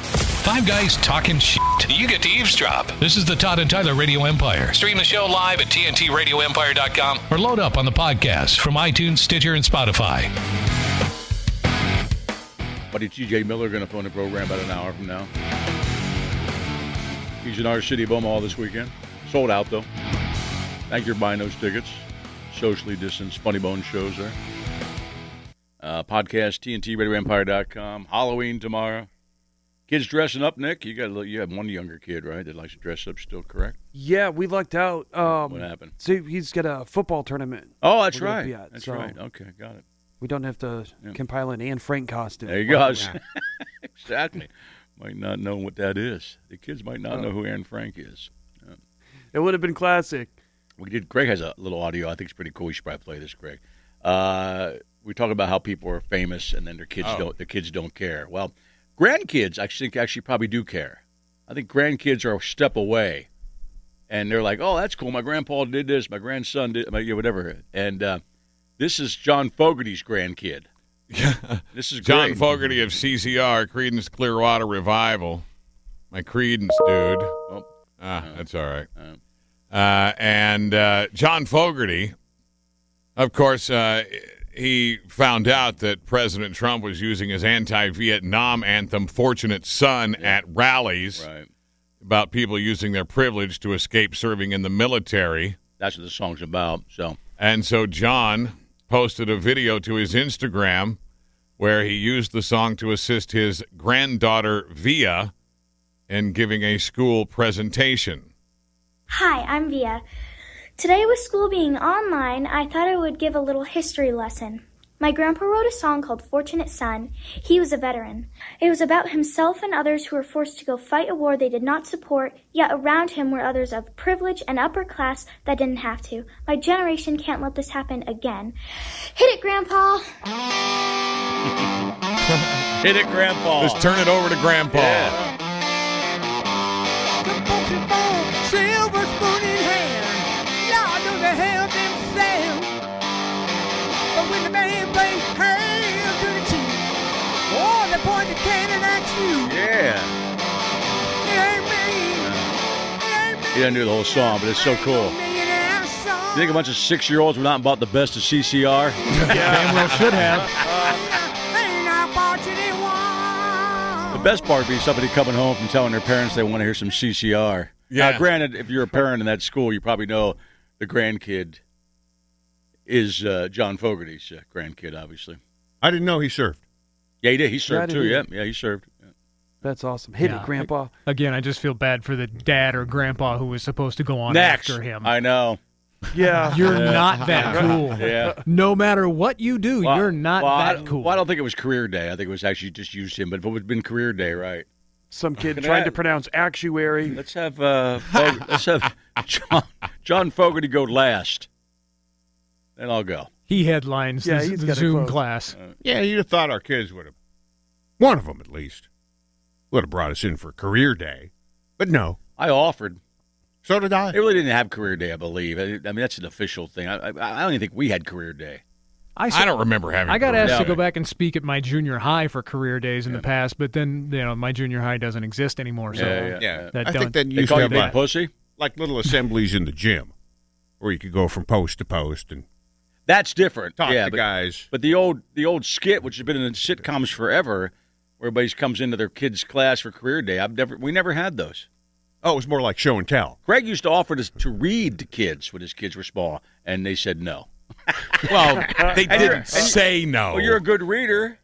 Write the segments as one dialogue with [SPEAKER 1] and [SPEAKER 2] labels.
[SPEAKER 1] Five guys talking shit.
[SPEAKER 2] You get to eavesdrop.
[SPEAKER 1] This is the Todd and Tyler Radio Empire.
[SPEAKER 2] Stream the show live at TNTRadioEmpire.com.
[SPEAKER 1] Or load up on the podcast from iTunes, Stitcher, and Spotify.
[SPEAKER 3] Buddy T.J. Miller going to phone the program about an hour from now. He's in our city of Omaha this weekend. Sold out though. Thank you for buying those tickets. Socially distanced Funny Bone shows there. Uh, podcast TNTRadioEmpire.com. Halloween tomorrow. Kids dressing up, Nick. You got a little, you have one younger kid, right? That likes to dress up. Still correct?
[SPEAKER 4] Yeah, we lucked out. Um,
[SPEAKER 3] What happened?
[SPEAKER 4] See, he's got a football tournament.
[SPEAKER 3] Oh, that's
[SPEAKER 4] we're gonna be
[SPEAKER 3] right.
[SPEAKER 4] at,
[SPEAKER 3] That's
[SPEAKER 4] so
[SPEAKER 3] right. Okay, got it.
[SPEAKER 4] We don't have to compile an Anne Frank costume.
[SPEAKER 3] There you go. exactly. Might not know what that is. The kids might
[SPEAKER 4] Oh.
[SPEAKER 3] not know who Aaron Frank is.
[SPEAKER 4] It would have been classic.
[SPEAKER 3] We did. Greg has a little audio. I think it's pretty cool. You should probably play this, Greg. Uh, we talk about how people are famous and then their kids don't. Their kids don't care. Well, grandkids, I think, actually probably do care. I think grandkids are a step away, and they're like, "Oh, that's cool. My grandpa did this. My grandson did. My, you know, whatever." And uh, this is John Fogerty's grandkid. This is
[SPEAKER 5] John
[SPEAKER 3] great.
[SPEAKER 5] Fogerty of CCR, Credence Clearwater Revival. My Credence dude.
[SPEAKER 3] Oh,
[SPEAKER 5] Ah, that's all right.
[SPEAKER 3] Oh.
[SPEAKER 5] Uh, and uh, John Fogerty, of course, uh, he found out that President Trump was using his anti Vietnam anthem, Fortunate Son, at rallies
[SPEAKER 3] right.
[SPEAKER 5] about people using their privilege to escape serving in the military.
[SPEAKER 3] That's what the song's about. So
[SPEAKER 5] And so John posted a video to his Instagram where he used the song to assist his granddaughter Via in giving a school presentation.
[SPEAKER 6] Hi, I'm Via. Today, with school being online, I thought I would give a little history lesson. My grandpa wrote a song called Fortunate Son. He was a veteran. It was about himself and others who were forced to go fight a war they did not support, yet around him were others of privilege and upper class that didn't have to. My generation can't let this happen again. Hit it, Grandpa!
[SPEAKER 3] hit it, Grandpa.
[SPEAKER 5] Just turn it over to Grandpa.
[SPEAKER 3] Yeah.
[SPEAKER 7] Silver spoon in hand, y'all know they held themselves. But when the man brings hell to the chief, oh, they point the cannon at you.
[SPEAKER 3] Yeah.
[SPEAKER 7] It ain't me. It ain't me.
[SPEAKER 3] He didn't do the whole song, but it's so cool.
[SPEAKER 7] Millionaire song.
[SPEAKER 3] You think a bunch of six-year-olds went out and bought the best of CCR?
[SPEAKER 8] Damn well should have.
[SPEAKER 7] Ain't I bought you the one.
[SPEAKER 3] The best part would be somebody coming home from telling their parents they want to hear some CCR. Now,
[SPEAKER 5] Yeah.
[SPEAKER 3] granted, if you're a parent in that school, you probably know the grandkid is uh, John Fogerty's uh, grandkid, obviously.
[SPEAKER 8] I didn't know he served.
[SPEAKER 3] Yeah, he did. He
[SPEAKER 4] Yeah, I
[SPEAKER 3] served
[SPEAKER 4] did
[SPEAKER 3] too.
[SPEAKER 4] either.
[SPEAKER 3] Yeah, yeah, he served. Yeah.
[SPEAKER 4] That's awesome. Hit
[SPEAKER 8] Yeah.
[SPEAKER 4] it, Grandpa.
[SPEAKER 8] Again, I just feel bad for the dad or grandpa who was supposed to go on
[SPEAKER 3] Next,
[SPEAKER 8] after him.
[SPEAKER 3] I know.
[SPEAKER 4] Yeah.
[SPEAKER 8] You're not that cool.
[SPEAKER 3] Yeah.
[SPEAKER 8] No matter what you do,
[SPEAKER 3] Well,
[SPEAKER 8] you're not
[SPEAKER 3] well, I
[SPEAKER 8] that
[SPEAKER 3] don't-
[SPEAKER 8] cool.
[SPEAKER 3] Well, I don't think it was career day. I think it was actually just used him. But if it would have been career day, right?
[SPEAKER 4] Some kid
[SPEAKER 3] Can
[SPEAKER 4] trying
[SPEAKER 3] I-
[SPEAKER 4] to pronounce actuary.
[SPEAKER 3] Let's have uh, Fog- let's have John John Fogerty go last, then I'll go.
[SPEAKER 8] he headlines
[SPEAKER 4] Yeah,
[SPEAKER 8] the-
[SPEAKER 4] he's
[SPEAKER 8] the
[SPEAKER 4] gotta
[SPEAKER 8] Zoom
[SPEAKER 4] close.
[SPEAKER 8] class.
[SPEAKER 9] Yeah, you'd have thought our kids would have, one of them at least, would have brought us in for career day. But no,
[SPEAKER 3] I offered.
[SPEAKER 9] so did I.
[SPEAKER 3] They really didn't have career day, I believe. I, I mean, that's an official thing. I, I, I don't even think we had career day.
[SPEAKER 5] I don't remember having.
[SPEAKER 8] I got asked
[SPEAKER 3] Yeah.
[SPEAKER 8] to go back and speak at my junior high for career days in the past, but then you know my junior high doesn't exist anymore. So
[SPEAKER 3] Yeah,
[SPEAKER 9] yeah,
[SPEAKER 8] that
[SPEAKER 9] I
[SPEAKER 8] don't-
[SPEAKER 9] think that
[SPEAKER 3] They
[SPEAKER 9] used
[SPEAKER 3] call
[SPEAKER 9] to
[SPEAKER 3] you
[SPEAKER 9] have
[SPEAKER 3] big
[SPEAKER 9] like,
[SPEAKER 3] pussy.
[SPEAKER 9] like little assemblies in the gym, where you could go from post to post and
[SPEAKER 3] That's different.
[SPEAKER 9] talk
[SPEAKER 3] yeah,
[SPEAKER 9] to
[SPEAKER 3] but,
[SPEAKER 9] guys.
[SPEAKER 3] but the old the old skit, which has been in sitcoms forever, where everybody comes into their kids' class for career day. I've never we never had those.
[SPEAKER 9] Oh, it was more like show and tell.
[SPEAKER 3] Greg used to offer to, to read to kids when his kids were small, and they said no.
[SPEAKER 5] Well, they
[SPEAKER 3] And you're-
[SPEAKER 5] didn't say
[SPEAKER 9] Oh.
[SPEAKER 5] no.
[SPEAKER 3] Well, you're a good reader.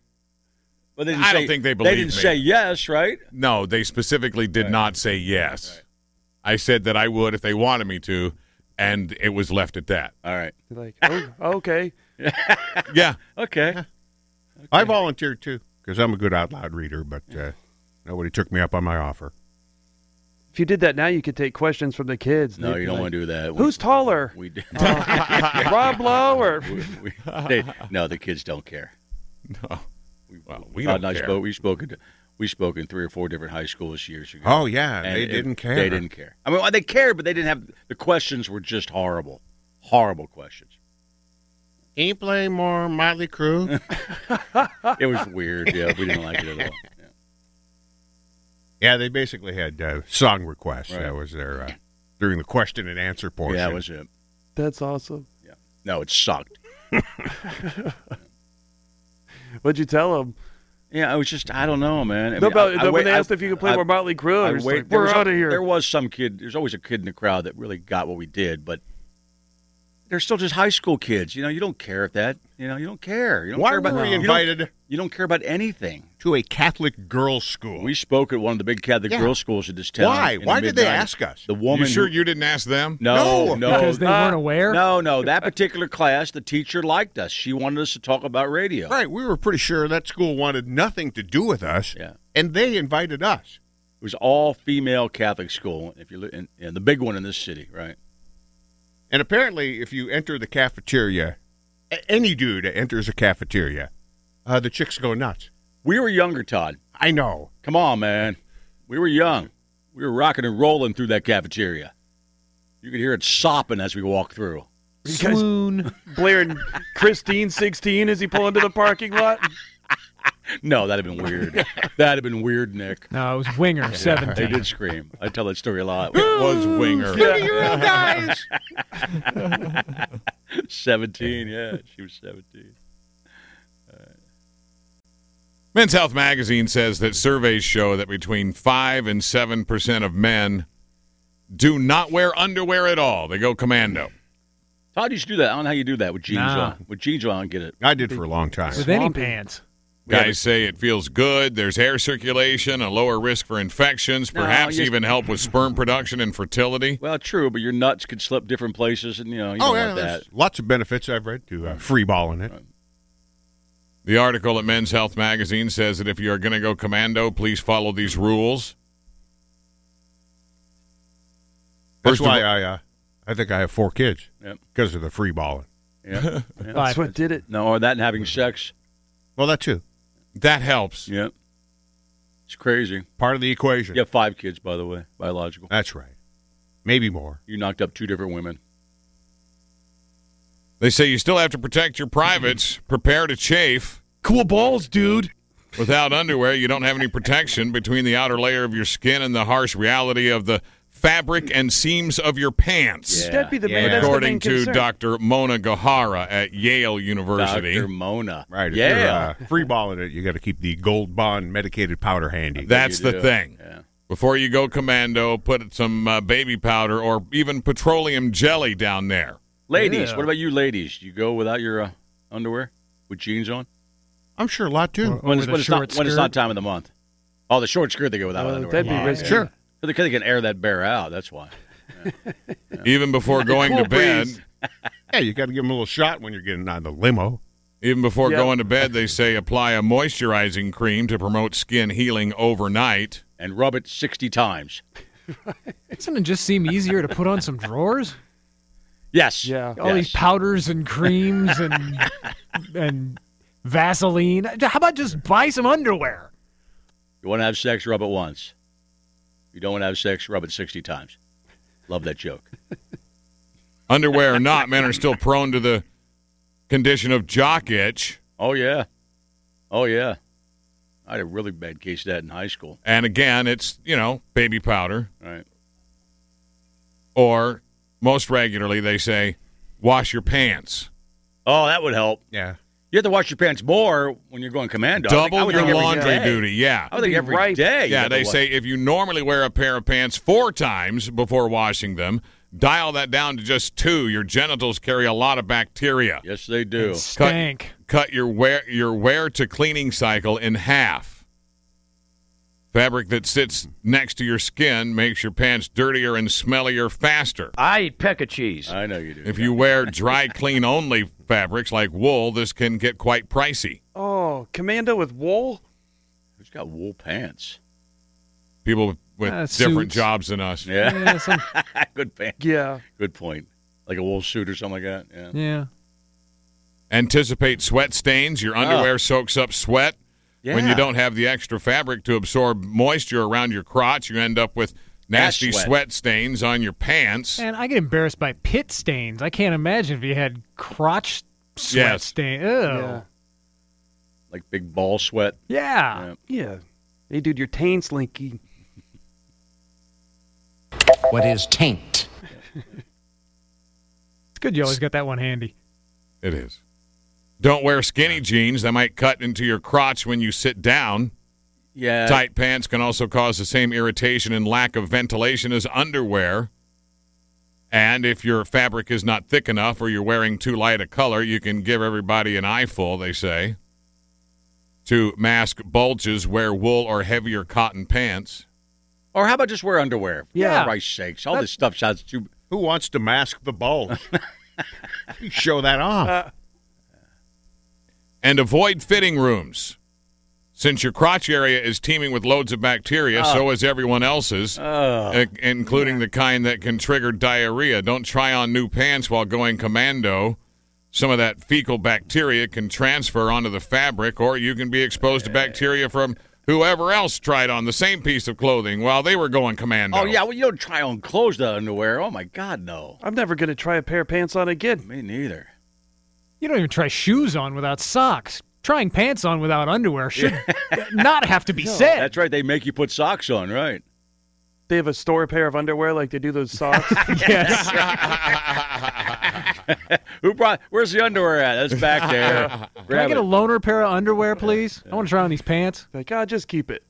[SPEAKER 3] But they didn't
[SPEAKER 5] I don't
[SPEAKER 3] say-
[SPEAKER 5] think they
[SPEAKER 3] They
[SPEAKER 5] believe
[SPEAKER 3] didn't
[SPEAKER 5] me.
[SPEAKER 3] say yes, right?
[SPEAKER 5] no, they specifically did not say yes. I said that I would if they wanted me to, and it was left at that.
[SPEAKER 3] All right.
[SPEAKER 4] Like, oh, okay.
[SPEAKER 5] Yeah,
[SPEAKER 3] Okay.
[SPEAKER 9] I volunteered too because I'm a good out loud reader, but uh, nobody took me up on my offer.
[SPEAKER 4] If you did that now, you could take questions from the kids.
[SPEAKER 3] No, you don't want to do that. We-
[SPEAKER 4] Who's taller?
[SPEAKER 3] We do.
[SPEAKER 4] uh, Rob Lowe or
[SPEAKER 3] we, we, they, no, the kids don't care.
[SPEAKER 5] well, we
[SPEAKER 3] Todd
[SPEAKER 5] don't
[SPEAKER 3] and I
[SPEAKER 5] care.
[SPEAKER 3] spoke. We spoke. at- We spoke in three or four different high schools years ago.
[SPEAKER 9] Oh yeah,
[SPEAKER 3] And
[SPEAKER 9] they
[SPEAKER 3] it-
[SPEAKER 9] didn't care.
[SPEAKER 3] They didn't care. I mean, well, they cared, but they didn't have. The questions were just horrible, horrible questions.
[SPEAKER 9] Can you play more Motley Crue?
[SPEAKER 3] It was weird. Yeah, we didn't like it at all. Yeah.
[SPEAKER 9] Yeah, they basically had uh, song requests.
[SPEAKER 3] Right.
[SPEAKER 9] That was their uh, during the question and answer portion.
[SPEAKER 3] Yeah, that was it.
[SPEAKER 4] That's awesome.
[SPEAKER 3] No, it sucked.
[SPEAKER 4] What'd you tell him?
[SPEAKER 3] Yeah, I was just I don't know, man. I
[SPEAKER 4] No,
[SPEAKER 3] mean,
[SPEAKER 4] but
[SPEAKER 3] I- I
[SPEAKER 4] when
[SPEAKER 3] wait-
[SPEAKER 4] they asked
[SPEAKER 3] I-
[SPEAKER 4] if you could play
[SPEAKER 3] I-
[SPEAKER 4] more Motley Crue,
[SPEAKER 3] I
[SPEAKER 4] I was
[SPEAKER 3] wait-
[SPEAKER 4] like,
[SPEAKER 3] Oh, there
[SPEAKER 4] we're
[SPEAKER 3] was-
[SPEAKER 4] out of here.
[SPEAKER 3] There was some kid. There's always a kid in the crowd that really got what we did, but they're still just high school kids. You know, you don't care if that. You know, you don't care. You don't
[SPEAKER 9] Why
[SPEAKER 3] care about,
[SPEAKER 9] were we
[SPEAKER 3] you don't-
[SPEAKER 9] invited
[SPEAKER 3] You don't care about anything.
[SPEAKER 9] to a Catholic girls' school?
[SPEAKER 3] We spoke at one of the big Catholic
[SPEAKER 9] Yeah.
[SPEAKER 3] girls' schools in this town.
[SPEAKER 9] Why?
[SPEAKER 3] in the
[SPEAKER 9] Why did they
[SPEAKER 3] mid-nineties.
[SPEAKER 9] ask us?
[SPEAKER 3] The woman.
[SPEAKER 5] You sure
[SPEAKER 3] who-
[SPEAKER 5] you didn't ask them?
[SPEAKER 3] no,
[SPEAKER 9] No.
[SPEAKER 3] no,
[SPEAKER 8] Because they weren't aware?
[SPEAKER 3] Oh, No, no. That particular class, the teacher liked us. She wanted us to talk about radio.
[SPEAKER 9] Right, we were pretty sure that school wanted nothing to do with us,
[SPEAKER 3] Yeah.
[SPEAKER 9] and they invited us.
[SPEAKER 3] It was all female Catholic school. If you look, and, and the big one in this city, right?
[SPEAKER 9] And apparently, if you enter the cafeteria, a- any dude enters a cafeteria, uh, the chicks go nuts.
[SPEAKER 3] We were younger, Todd.
[SPEAKER 9] I know.
[SPEAKER 3] Come on, man. We were young. We were rocking and rolling through that cafeteria. You could hear it sopping as we walked through.
[SPEAKER 4] You guys
[SPEAKER 8] Swoon.
[SPEAKER 4] blaring Christine 16 as he pulled into the parking lot.
[SPEAKER 3] No, that'd have been weird. that'd have been weird, Nick.
[SPEAKER 8] No, it was Winger,
[SPEAKER 3] They
[SPEAKER 8] 17.
[SPEAKER 3] did scream. I tell that story a lot.
[SPEAKER 5] It was Winger.
[SPEAKER 9] guys.
[SPEAKER 3] 17, yeah. She was 17.
[SPEAKER 5] Men's Health Magazine says that surveys show that between 5 and 7% of men do not wear underwear at all. They go commando.
[SPEAKER 3] Todd used to do that. I don't know how you do that with jeans
[SPEAKER 8] Nah.
[SPEAKER 3] on. With jeans on, I don't get it.
[SPEAKER 9] I did for a long time.
[SPEAKER 8] With any
[SPEAKER 4] Swampy.
[SPEAKER 8] pants.
[SPEAKER 5] Guys say it feels good. There's air circulation, a lower risk for infections,
[SPEAKER 3] No,
[SPEAKER 5] perhaps
[SPEAKER 3] you-
[SPEAKER 5] even help with sperm production and fertility.
[SPEAKER 3] Well, true, but your nuts could slip different places, and you know you
[SPEAKER 9] oh
[SPEAKER 3] don't
[SPEAKER 9] yeah,
[SPEAKER 3] want that.
[SPEAKER 9] there's lots of benefits I've read to uh, free balling it.
[SPEAKER 5] The article at Men's Health Magazine says that if you are going to go commando, please follow these rules.
[SPEAKER 9] That's
[SPEAKER 5] First of
[SPEAKER 9] why
[SPEAKER 5] all-
[SPEAKER 9] I, uh, I think I have four kids
[SPEAKER 3] Yep.
[SPEAKER 9] because of the free balling.
[SPEAKER 3] Yeah. Yeah.
[SPEAKER 8] Five.
[SPEAKER 4] That's what did it.
[SPEAKER 3] No, or that and having sex.
[SPEAKER 9] Well, that too
[SPEAKER 5] That helps.
[SPEAKER 3] Yeah, it's crazy.
[SPEAKER 9] part of the equation.
[SPEAKER 3] You have five kids, by the way, biological.
[SPEAKER 9] That's right. Maybe more.
[SPEAKER 3] You knocked up two different women.
[SPEAKER 5] They say you still have to protect your privates. Prepare to chafe.
[SPEAKER 10] Cool balls, dude.
[SPEAKER 5] Without underwear, you don't have any protection between the outer layer of your skin and the harsh reality of the fabric and seams of your pants.
[SPEAKER 3] Yeah.
[SPEAKER 4] That'd be the,
[SPEAKER 9] Yeah.
[SPEAKER 4] but that's the
[SPEAKER 5] According
[SPEAKER 4] main
[SPEAKER 5] to
[SPEAKER 4] concern.
[SPEAKER 5] Dr. Mona Gahara at Yale University.
[SPEAKER 3] Dr. Mona.
[SPEAKER 9] Right. If you're,
[SPEAKER 3] Yeah.
[SPEAKER 9] uh, free balling it, you got to keep the gold bond medicated powder handy.
[SPEAKER 5] That's
[SPEAKER 3] You
[SPEAKER 5] the
[SPEAKER 3] do.
[SPEAKER 5] thing.
[SPEAKER 3] Yeah.
[SPEAKER 5] Before you go commando, put some uh, baby powder or even petroleum jelly down there.
[SPEAKER 3] Ladies,
[SPEAKER 8] Yeah.
[SPEAKER 3] what about you, ladies? You go without your uh, underwear with jeans on
[SPEAKER 9] I'm sure a lot too.
[SPEAKER 8] Or- or
[SPEAKER 3] when,
[SPEAKER 8] with
[SPEAKER 3] it's,
[SPEAKER 8] a
[SPEAKER 3] when, it's not,
[SPEAKER 8] short
[SPEAKER 3] when it's not
[SPEAKER 8] skirt.
[SPEAKER 3] time of the month. Oh, the short skirt they go without
[SPEAKER 4] Uh,
[SPEAKER 3] underwear. Oh,
[SPEAKER 4] that'd be
[SPEAKER 3] Yeah.
[SPEAKER 4] risky.
[SPEAKER 9] Sure.
[SPEAKER 3] So they, they can air that bear out. That's why.
[SPEAKER 5] Even before going
[SPEAKER 4] Cool
[SPEAKER 5] to bed,
[SPEAKER 4] breeze.
[SPEAKER 9] Yeah, you got to give them a little shot when you're getting out of the limo.
[SPEAKER 5] even before
[SPEAKER 4] Yep.
[SPEAKER 5] going to bed, they say apply a moisturizing cream to promote skin healing overnight.
[SPEAKER 3] And rub it sixty times.
[SPEAKER 8] Doesn't it just seem easier to put on some drawers?
[SPEAKER 3] Yes.
[SPEAKER 4] Yeah.
[SPEAKER 8] All these
[SPEAKER 3] Yes.
[SPEAKER 8] powders and creams and and Vaseline. How about just buy some underwear?
[SPEAKER 3] You want to have sex, rub it once. You don't want to have sex, rub it 60 times. Love that joke.
[SPEAKER 5] Underwear or not, men are still prone to the condition of jock itch.
[SPEAKER 3] Oh, yeah. Oh, yeah. I had a really bad case of that in high school.
[SPEAKER 5] And again, it's, you know, baby powder.
[SPEAKER 3] Right.
[SPEAKER 5] Or most regularly, they say wash your pants.
[SPEAKER 3] Oh, that would help.
[SPEAKER 9] Yeah.
[SPEAKER 3] You have to wash your pants more when you're going commando. I think- I
[SPEAKER 5] Double
[SPEAKER 3] would
[SPEAKER 5] your
[SPEAKER 3] think every
[SPEAKER 5] laundry
[SPEAKER 3] day.
[SPEAKER 5] duty. Yeah.
[SPEAKER 3] I would think
[SPEAKER 4] Be
[SPEAKER 3] every day.
[SPEAKER 4] right.
[SPEAKER 3] you
[SPEAKER 5] Yeah,
[SPEAKER 3] have to
[SPEAKER 5] they
[SPEAKER 3] wash-
[SPEAKER 5] say if you normally wear a pair of pants four times before washing them, dial that down to just two. Your genitals carry a lot of bacteria.
[SPEAKER 3] Yes, they do.
[SPEAKER 8] Stank.
[SPEAKER 5] Cut your wear your wear to cleaning cycle in half. Fabric that sits next to your skin makes your pants dirtier and smellier faster.
[SPEAKER 10] I eat peck of cheese.
[SPEAKER 3] I know you do.
[SPEAKER 5] If you wear dry clean only fabrics like wool, this can get quite pricey.
[SPEAKER 4] Oh, commando with wool?
[SPEAKER 3] Who's got wool pants?
[SPEAKER 5] People with
[SPEAKER 8] Uh,
[SPEAKER 5] different
[SPEAKER 8] suits.
[SPEAKER 5] jobs than us.
[SPEAKER 3] Yeah.
[SPEAKER 8] Yeah, some,
[SPEAKER 3] Good pants.
[SPEAKER 4] Yeah.
[SPEAKER 3] Good point. Like a wool suit or something like that. Yeah.
[SPEAKER 8] yeah.
[SPEAKER 5] Anticipate sweat stains. Your underwear soaks up sweat. When you
[SPEAKER 3] Oh. Yeah.
[SPEAKER 5] don't have the extra fabric to absorb moisture around your crotch, you end up with
[SPEAKER 3] That's
[SPEAKER 5] nasty
[SPEAKER 3] sweat.
[SPEAKER 5] sweat. stains on your pants.
[SPEAKER 8] Man, I get embarrassed by pit stains. I can't imagine if you had crotch sweat
[SPEAKER 5] Yes.
[SPEAKER 8] stain. Ew.
[SPEAKER 4] Yeah.
[SPEAKER 8] Yeah.
[SPEAKER 3] Like big ball sweat.
[SPEAKER 8] Yeah. Ah,
[SPEAKER 4] Yeah. Hey, dude, your taint's linky.
[SPEAKER 11] what is taint.
[SPEAKER 8] It's good you always got that one handy.
[SPEAKER 5] It is. Don't wear skinny jeans. They might cut into your crotch when you sit down.
[SPEAKER 3] Yeah.
[SPEAKER 5] Tight pants can also cause the same irritation and lack of ventilation as underwear. And if your fabric is not thick enough or you're wearing too light a color, you can give everybody an eyeful, they say. To mask bulges, wear wool or heavier cotton pants.
[SPEAKER 3] Or how about just wear underwear?
[SPEAKER 8] Yeah.
[SPEAKER 3] For Christ's sakes. All this stuff sounds too.
[SPEAKER 9] Who wants to mask the bulge? You Show that off.
[SPEAKER 5] and avoid fitting rooms. Since your crotch area is teeming with loads of bacteria, so is everyone else's, uh, including the kind that can trigger diarrhea. Don't try on new pants while going commando. Some of that fecal bacteria can transfer onto the fabric, or you can be exposed to bacteria from whoever else tried on the same piece of clothing while they were going commando.
[SPEAKER 3] Oh, yeah. Well, you don't try on clothes to underwear. Oh, my God, no.
[SPEAKER 4] I'm never going to try a pair of pants on again.
[SPEAKER 3] Me neither.
[SPEAKER 8] You don't even try shoes on without socks. Trying pants on without underwear should not have to be said.
[SPEAKER 3] That's right. They make you put socks on, right?
[SPEAKER 4] They have a store pair of underwear like they do those socks.
[SPEAKER 8] Yes.
[SPEAKER 3] Who brought? Where's the underwear at? That's back there.
[SPEAKER 8] Can I
[SPEAKER 3] Grab
[SPEAKER 8] get a
[SPEAKER 3] it.
[SPEAKER 8] loaner pair of underwear, please? I want to try on these pants.
[SPEAKER 4] like, ah, just keep it.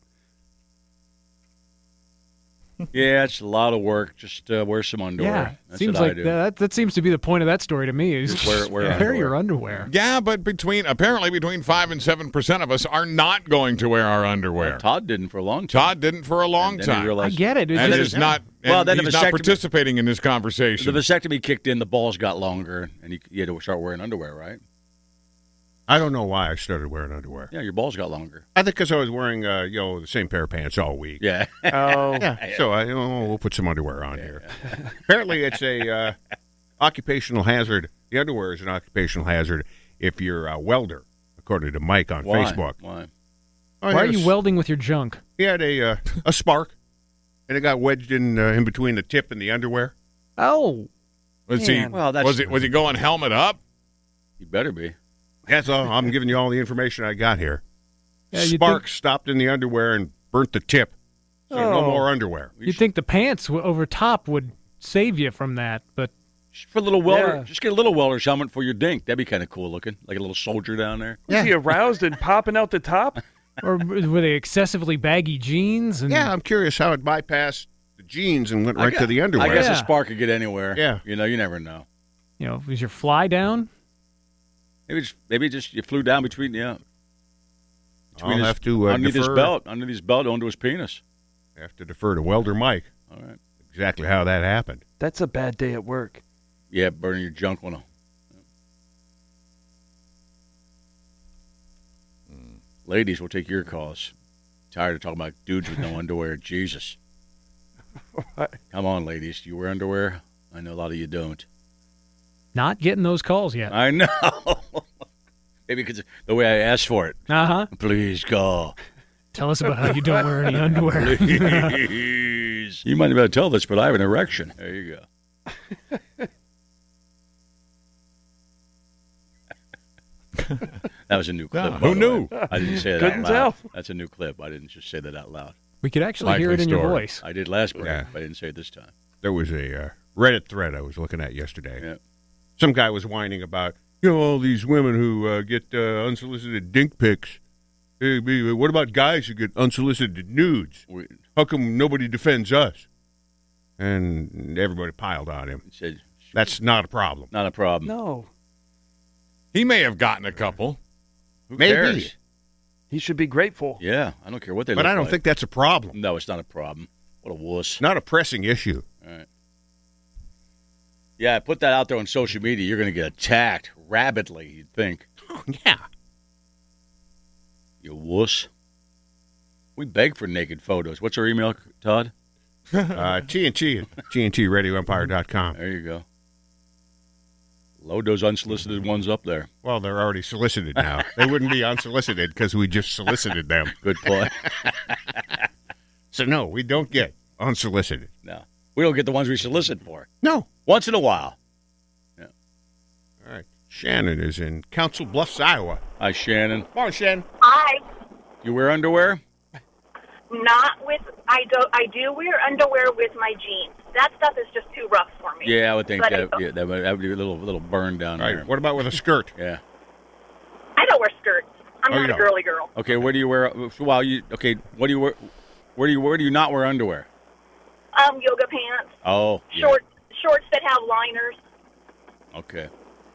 [SPEAKER 3] Yeah, it's a lot of work. Just uh, wear some
[SPEAKER 8] Yeah,
[SPEAKER 3] underwear. That's
[SPEAKER 8] seems
[SPEAKER 3] what
[SPEAKER 8] like
[SPEAKER 3] I do.
[SPEAKER 8] that. That seems to be the point of that story to me. Is
[SPEAKER 3] Just wear- wear
[SPEAKER 8] your underwear.
[SPEAKER 5] Yeah, but between apparently between five and seven percent of us are not going to wear our underwear.
[SPEAKER 3] Todd didn't for a long time.
[SPEAKER 5] Todd didn't for a long
[SPEAKER 3] And then he
[SPEAKER 5] time.
[SPEAKER 8] I
[SPEAKER 3] realized
[SPEAKER 8] get it. It's
[SPEAKER 5] and
[SPEAKER 8] just-
[SPEAKER 5] is not.
[SPEAKER 3] Well,
[SPEAKER 5] and
[SPEAKER 3] then the
[SPEAKER 5] he's not
[SPEAKER 3] vasectomy-
[SPEAKER 5] participating in this
[SPEAKER 3] The
[SPEAKER 5] conversation.
[SPEAKER 3] vasectomy kicked in. The balls got longer, and you, you had to start wearing underwear, right?
[SPEAKER 9] I don't know why I started wearing underwear.
[SPEAKER 3] Yeah, your balls got longer.
[SPEAKER 9] I think because I was wearing, uh, you know, the same pair of pants all week.
[SPEAKER 3] Yeah.
[SPEAKER 4] Oh,
[SPEAKER 9] Yeah. So I, oh, we'll put some underwear on here. Apparently, it's a uh, occupational hazard. The underwear is an occupational hazard if you're a welder, according to Mike on
[SPEAKER 3] Why?
[SPEAKER 9] Facebook.
[SPEAKER 3] Why?
[SPEAKER 9] Oh, he
[SPEAKER 8] why are
[SPEAKER 9] had a
[SPEAKER 8] you
[SPEAKER 9] s-
[SPEAKER 8] welding with your junk?
[SPEAKER 9] He had a uh, a spark, and it got wedged in uh, in between the tip and the underwear.
[SPEAKER 8] Oh,
[SPEAKER 5] was he?
[SPEAKER 8] Man.
[SPEAKER 3] Well, that's-
[SPEAKER 5] was he? Was he going helmet up?
[SPEAKER 3] You better be.
[SPEAKER 9] That's all. I'm giving you all the information I got here.
[SPEAKER 8] Yeah, you'd
[SPEAKER 9] spark stopped in the underwear and burnt the tip. So no
[SPEAKER 8] Oh.
[SPEAKER 9] more underwear.
[SPEAKER 8] You think the pants w- over top would save you from that, but
[SPEAKER 3] Just for a little welder.
[SPEAKER 4] Yeah.
[SPEAKER 3] Just get a little welder's helmet for your dink. That'd be kind of cool looking, like a little soldier down there.
[SPEAKER 4] was he aroused and popping out the top?
[SPEAKER 8] or were they excessively baggy jeans? And
[SPEAKER 9] Yeah, I'm curious how it bypassed the jeans and went
[SPEAKER 3] I
[SPEAKER 9] right
[SPEAKER 3] gu-
[SPEAKER 9] to the underwear.
[SPEAKER 3] I guess a
[SPEAKER 8] Yeah.
[SPEAKER 3] spark could get anywhere.
[SPEAKER 9] Yeah.
[SPEAKER 3] You know, you never know.
[SPEAKER 8] you know, was your fly down?
[SPEAKER 3] Maybe just maybe just you flew down between yeah.
[SPEAKER 9] I'll
[SPEAKER 3] his-
[SPEAKER 9] have to uh,
[SPEAKER 3] underneath his
[SPEAKER 9] defer-
[SPEAKER 3] belt, underneath his belt, onto his penis.
[SPEAKER 9] Have to defer to welder Mike.
[SPEAKER 3] All right.
[SPEAKER 9] Exactly how that happened.
[SPEAKER 4] That's a bad day at work.
[SPEAKER 3] Yeah, burning your junk on a. Ladies, we'll take your calls. Tired of talking about dudes with no underwear. Jesus. Come on, ladies. Do you wear underwear? I know a lot of you don't.
[SPEAKER 8] Not getting those calls yet.
[SPEAKER 3] I know. Maybe because the way I asked for it.
[SPEAKER 8] Uh huh.
[SPEAKER 3] Please call.
[SPEAKER 8] Tell us about how you don't wear any underwear.
[SPEAKER 3] Please. you might not be able to tell this, but I have an erection. There you go. that was a new clip.
[SPEAKER 5] Ah,
[SPEAKER 3] by
[SPEAKER 5] who
[SPEAKER 3] the
[SPEAKER 5] knew?
[SPEAKER 3] way. I didn't say that
[SPEAKER 4] Couldn't
[SPEAKER 3] out loud.
[SPEAKER 4] tell.
[SPEAKER 3] That's a new clip. I didn't just say that out loud.
[SPEAKER 8] We could actually hear it
[SPEAKER 5] Likely
[SPEAKER 8] in your
[SPEAKER 5] story.
[SPEAKER 8] voice.
[SPEAKER 3] I did last break,
[SPEAKER 9] Yeah.
[SPEAKER 3] but I didn't say it this time.
[SPEAKER 9] There was a uh, Reddit thread I was looking at yesterday.
[SPEAKER 3] Yeah.
[SPEAKER 9] Some guy was whining about you know all these women who uh, get uh, unsolicited dink pics. Hey, b- what about guys who get unsolicited nudes?
[SPEAKER 3] We
[SPEAKER 9] How come nobody defends us? And everybody piled on him.
[SPEAKER 3] said
[SPEAKER 9] That's not a problem.
[SPEAKER 3] not a problem.
[SPEAKER 4] No,
[SPEAKER 5] He may have gotten a couple.
[SPEAKER 3] Who
[SPEAKER 9] Maybe.
[SPEAKER 3] cares?
[SPEAKER 4] he should be grateful.
[SPEAKER 3] Yeah, I don't care what they.
[SPEAKER 9] But
[SPEAKER 3] look
[SPEAKER 9] I don't
[SPEAKER 3] like.
[SPEAKER 9] think that's a problem.
[SPEAKER 3] No, it's not a problem. What a wuss.
[SPEAKER 9] Not a pressing issue.
[SPEAKER 3] Yeah, I put that out there on social media. You're going to get attacked rabidly. You'd think.
[SPEAKER 9] Yeah.
[SPEAKER 3] You wuss. We beg for naked photos. What's our email, Todd?
[SPEAKER 9] Uh, TNT at TNTRadioEmpire.com.
[SPEAKER 3] There you go. Load those unsolicited ones up there.
[SPEAKER 9] Well, they're already solicited now. they wouldn't be unsolicited because we just solicited them.
[SPEAKER 3] Good play.
[SPEAKER 9] So, no, we don't get unsolicited.
[SPEAKER 3] no, we don't get the ones we solicit for.
[SPEAKER 9] No.
[SPEAKER 3] Once in a while.
[SPEAKER 9] All right. Shannon is in Council Bluffs, Iowa.
[SPEAKER 3] Hi, Shannon.
[SPEAKER 9] Come on, Shannon.
[SPEAKER 12] I
[SPEAKER 3] You wear underwear?
[SPEAKER 12] not with I do I do wear underwear with my jeans.
[SPEAKER 11] that stuff is just too rough for me.
[SPEAKER 3] Yeah, I would think
[SPEAKER 11] But
[SPEAKER 3] that.
[SPEAKER 11] I,
[SPEAKER 3] Yeah, that would, that would be a little little burn down
[SPEAKER 9] Right.
[SPEAKER 3] there.
[SPEAKER 9] What about with a skirt?
[SPEAKER 3] Yeah.
[SPEAKER 11] I don't wear skirts. I'm
[SPEAKER 3] Oh, you
[SPEAKER 11] not a
[SPEAKER 3] don't.
[SPEAKER 11] girly girl.
[SPEAKER 3] Okay, where do you wear? Well, you okay? What do you wear? Where do you where do you not wear underwear?
[SPEAKER 11] Um, yoga pants,
[SPEAKER 3] Oh, yeah.
[SPEAKER 11] shorts, shorts that have liners.
[SPEAKER 3] Okay.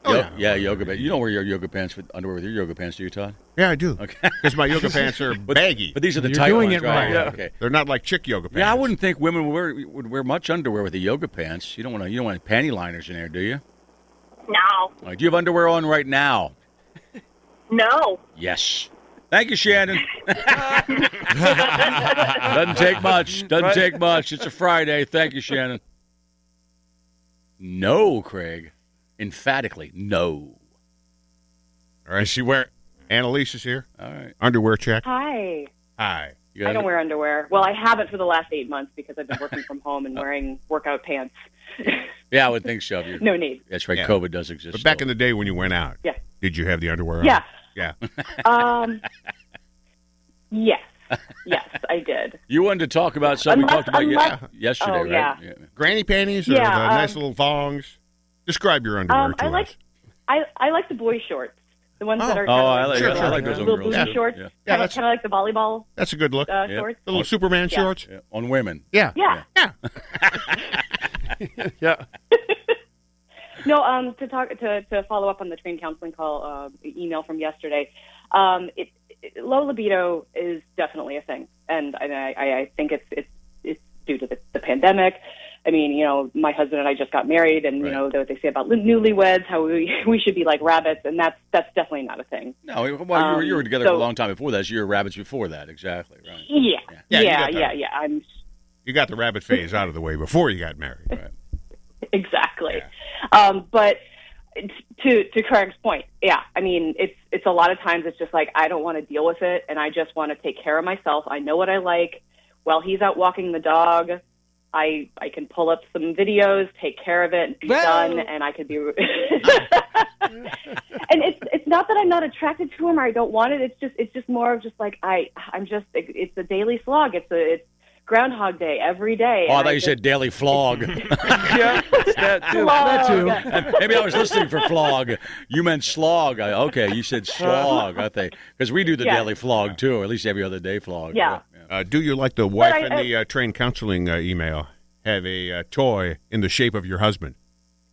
[SPEAKER 3] Yo- yeah. yoga pants. You don't wear your yoga pants with underwear with your yoga pants, do you, Todd?
[SPEAKER 9] Yeah, I do.
[SPEAKER 3] Okay.
[SPEAKER 9] Because my yoga pants are
[SPEAKER 3] But-
[SPEAKER 9] baggy.
[SPEAKER 3] but these are the You're tight doing ones, it right? wrong. Yeah. Okay.
[SPEAKER 9] They're not like chick yoga pants.
[SPEAKER 3] Yeah, I wouldn't think women would wear, would wear much underwear with the yoga pants. You don't want to. You don't want panty liners in there, do you?
[SPEAKER 11] No,
[SPEAKER 3] Like, do you have underwear on right now?
[SPEAKER 11] no.
[SPEAKER 3] Yes. Thank you, Shannon. Doesn't take much. Doesn't
[SPEAKER 4] Right.
[SPEAKER 3] take much. It's a Friday. Thank you, Shannon. No, Craig. Emphatically, no.
[SPEAKER 5] All right, she wear
[SPEAKER 9] Annalise is here.
[SPEAKER 3] All right.
[SPEAKER 9] Underwear check.
[SPEAKER 12] Hi.
[SPEAKER 9] Hi.
[SPEAKER 3] You
[SPEAKER 12] I don't wear underwear. Well, I haven't for the last eight months because I've been working from home and wearing workout pants.
[SPEAKER 3] Yeah, I would think so. You're-
[SPEAKER 12] No need.
[SPEAKER 3] That's right.
[SPEAKER 9] Yeah.
[SPEAKER 3] COVID does exist.
[SPEAKER 9] But back in the day when you went out,
[SPEAKER 12] Yeah.
[SPEAKER 9] did you have the underwear on?
[SPEAKER 12] Yeah.
[SPEAKER 9] Yeah.
[SPEAKER 12] Um, yes. Yes, I did.
[SPEAKER 3] You wanted to talk about something
[SPEAKER 12] Unless-
[SPEAKER 3] we talked about ye-
[SPEAKER 12] unless-
[SPEAKER 3] yesterday,
[SPEAKER 12] oh,
[SPEAKER 3] right?
[SPEAKER 12] yeah.
[SPEAKER 9] Granny panties or
[SPEAKER 12] Yeah,
[SPEAKER 9] the
[SPEAKER 12] um,
[SPEAKER 9] nice little thongs? Describe your underwear
[SPEAKER 12] Um,
[SPEAKER 9] to
[SPEAKER 12] I
[SPEAKER 9] us.
[SPEAKER 12] like I, I like the boy shorts. The ones that
[SPEAKER 9] Oh.
[SPEAKER 3] Oh,
[SPEAKER 12] are kind
[SPEAKER 3] I like-
[SPEAKER 12] of
[SPEAKER 3] yeah,
[SPEAKER 12] like,
[SPEAKER 3] I like those on
[SPEAKER 12] little
[SPEAKER 3] girls,
[SPEAKER 12] booty
[SPEAKER 3] too.
[SPEAKER 12] shorts.
[SPEAKER 3] Yeah.
[SPEAKER 9] Yeah,
[SPEAKER 12] Kind, of,
[SPEAKER 9] that's-
[SPEAKER 12] kind of like the volleyball
[SPEAKER 9] That's a good look.
[SPEAKER 12] uh,
[SPEAKER 3] Yeah.
[SPEAKER 12] shorts.
[SPEAKER 9] The little Superman
[SPEAKER 12] Yeah.
[SPEAKER 9] shorts.
[SPEAKER 3] Yeah, On women.
[SPEAKER 9] Yeah.
[SPEAKER 12] Yeah.
[SPEAKER 4] Yeah.
[SPEAKER 12] No, um, to talk to, to follow up on the train counseling call uh, email from yesterday, um, it, it, low libido is definitely a thing, and, and I, I I think it's it's it's due to the, the pandemic. I mean, you know, my husband and I just got married, and
[SPEAKER 3] Right.
[SPEAKER 12] you know what they say about li- newlyweds, how we we should be like rabbits, and that's that's definitely not a thing.
[SPEAKER 3] No, well, you were, you were
[SPEAKER 12] Um,
[SPEAKER 3] together for
[SPEAKER 12] so-
[SPEAKER 3] a long time before that. So you were rabbits before that, exactly. Right.
[SPEAKER 12] Yeah,
[SPEAKER 9] Yeah,
[SPEAKER 12] yeah,
[SPEAKER 9] you
[SPEAKER 12] yeah,
[SPEAKER 9] got that.
[SPEAKER 12] yeah. I'm
[SPEAKER 9] You got the rabbit phase out of the way before you got married.
[SPEAKER 12] exactly. Um, but to to Craig's point, yeah, I mean, it's it's a lot of times it's just like I don't want to deal with it, and I just want to take care of myself. I know what I like. While he's out walking the dog, I I can pull up some videos, take care of it, and be done, and I could be. and it's it's not that I'm not attracted to him or I don't want it. It's just it's just more of just like I I'm just it's a daily slog. It's a it's Groundhog Day every day.
[SPEAKER 3] Oh, I
[SPEAKER 12] and
[SPEAKER 3] thought you
[SPEAKER 12] just-
[SPEAKER 3] said daily flog.
[SPEAKER 4] yeah. it's That too.
[SPEAKER 12] Slog.
[SPEAKER 3] Maybe I was listening for flog. You meant slog. I, okay, you said slog. I think because we do the
[SPEAKER 12] Yeah.
[SPEAKER 3] daily flog too, or at least every other day flog.
[SPEAKER 12] Yeah.
[SPEAKER 9] Uh, do you like the wife
[SPEAKER 12] I-
[SPEAKER 9] in
[SPEAKER 12] I-
[SPEAKER 9] the uh, train counseling uh, email have a uh, toy in the shape of your husband?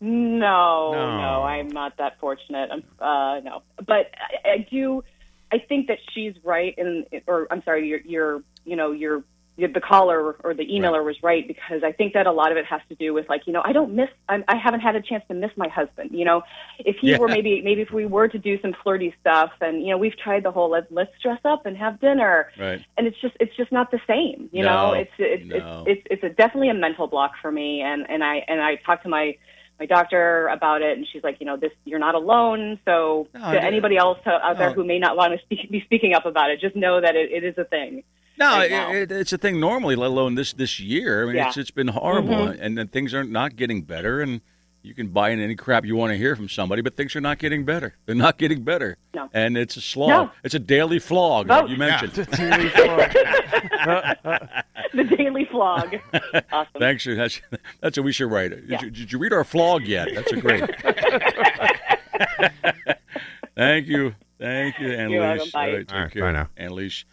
[SPEAKER 12] No,
[SPEAKER 9] No.
[SPEAKER 12] no, I'm not that fortunate. I'm, uh, no, but I, I do. I think that she's right, and or I'm sorry, your your you know your, your the caller or the emailer was right because I think that a lot of it has to do with like you know I don't miss I'm, I haven't had a chance to miss my husband. You know, if he
[SPEAKER 3] Yeah.
[SPEAKER 12] were maybe maybe if we were to do some flirty stuff, and you know we've tried the whole let, let's dress up and have dinner,
[SPEAKER 3] Right.
[SPEAKER 12] and it's just it's just not the same you
[SPEAKER 3] No,
[SPEAKER 12] know it's it's
[SPEAKER 3] no.
[SPEAKER 12] it's it's, it's a, definitely a mental block for me and and i and i talked to my my doctor about it and she's like you know this you're not alone so
[SPEAKER 3] No,
[SPEAKER 12] to
[SPEAKER 3] I-
[SPEAKER 12] anybody else to, out there
[SPEAKER 3] No.
[SPEAKER 12] who may not want to speak, be speaking up about it just know that it, it is a thing
[SPEAKER 3] No,
[SPEAKER 12] Right
[SPEAKER 3] it-
[SPEAKER 12] now.
[SPEAKER 3] it, it's a thing normally, let alone this this year. I mean,
[SPEAKER 12] Yeah. Mm-hmm.
[SPEAKER 3] it's it's been horrible, and then things are not getting better. And you can buy in any crap you want to hear from somebody, but things are not getting better. They're not getting better,
[SPEAKER 12] No. Oh.
[SPEAKER 3] and it's a slog.
[SPEAKER 12] No.
[SPEAKER 3] It's a daily flog.
[SPEAKER 12] Vote.
[SPEAKER 3] like you mentioned.
[SPEAKER 12] the daily flog awesome
[SPEAKER 3] Thanks. for- That's that's what we should write. Did,
[SPEAKER 12] Yeah.
[SPEAKER 3] you, did you read our flog yet? That's a great. Thank you. Thank you, Annalise.
[SPEAKER 12] welcome. Bye.
[SPEAKER 3] All right, take
[SPEAKER 9] All right,
[SPEAKER 3] care.
[SPEAKER 9] bye now.
[SPEAKER 3] Annalise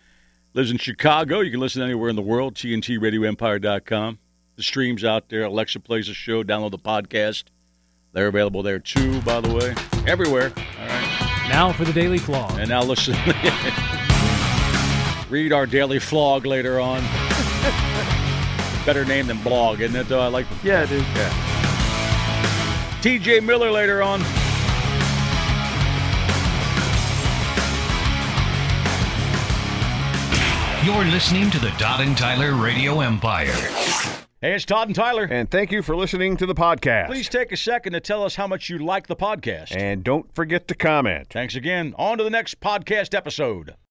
[SPEAKER 3] lives in Chicago. You can listen anywhere in the world, TNTRadioEmpire.com. The stream's out there. Alexa plays the show. Download the podcast. They're available there too, by the way. Everywhere. All right.
[SPEAKER 8] Now for the daily flaw.
[SPEAKER 3] And now listen. Read our daily flog later on. Better name than blog, isn't it? Though I like
[SPEAKER 4] Yeah, dude.
[SPEAKER 3] TJ Miller later on.
[SPEAKER 1] You're listening to the Todd and Tyler Radio Empire.
[SPEAKER 3] Hey, it's Todd and Tyler.
[SPEAKER 13] And thank you for listening to the podcast.
[SPEAKER 3] Please take a second to tell us how much you like the podcast.
[SPEAKER 13] And don't forget to comment.
[SPEAKER 3] Thanks again. On to the next podcast episode.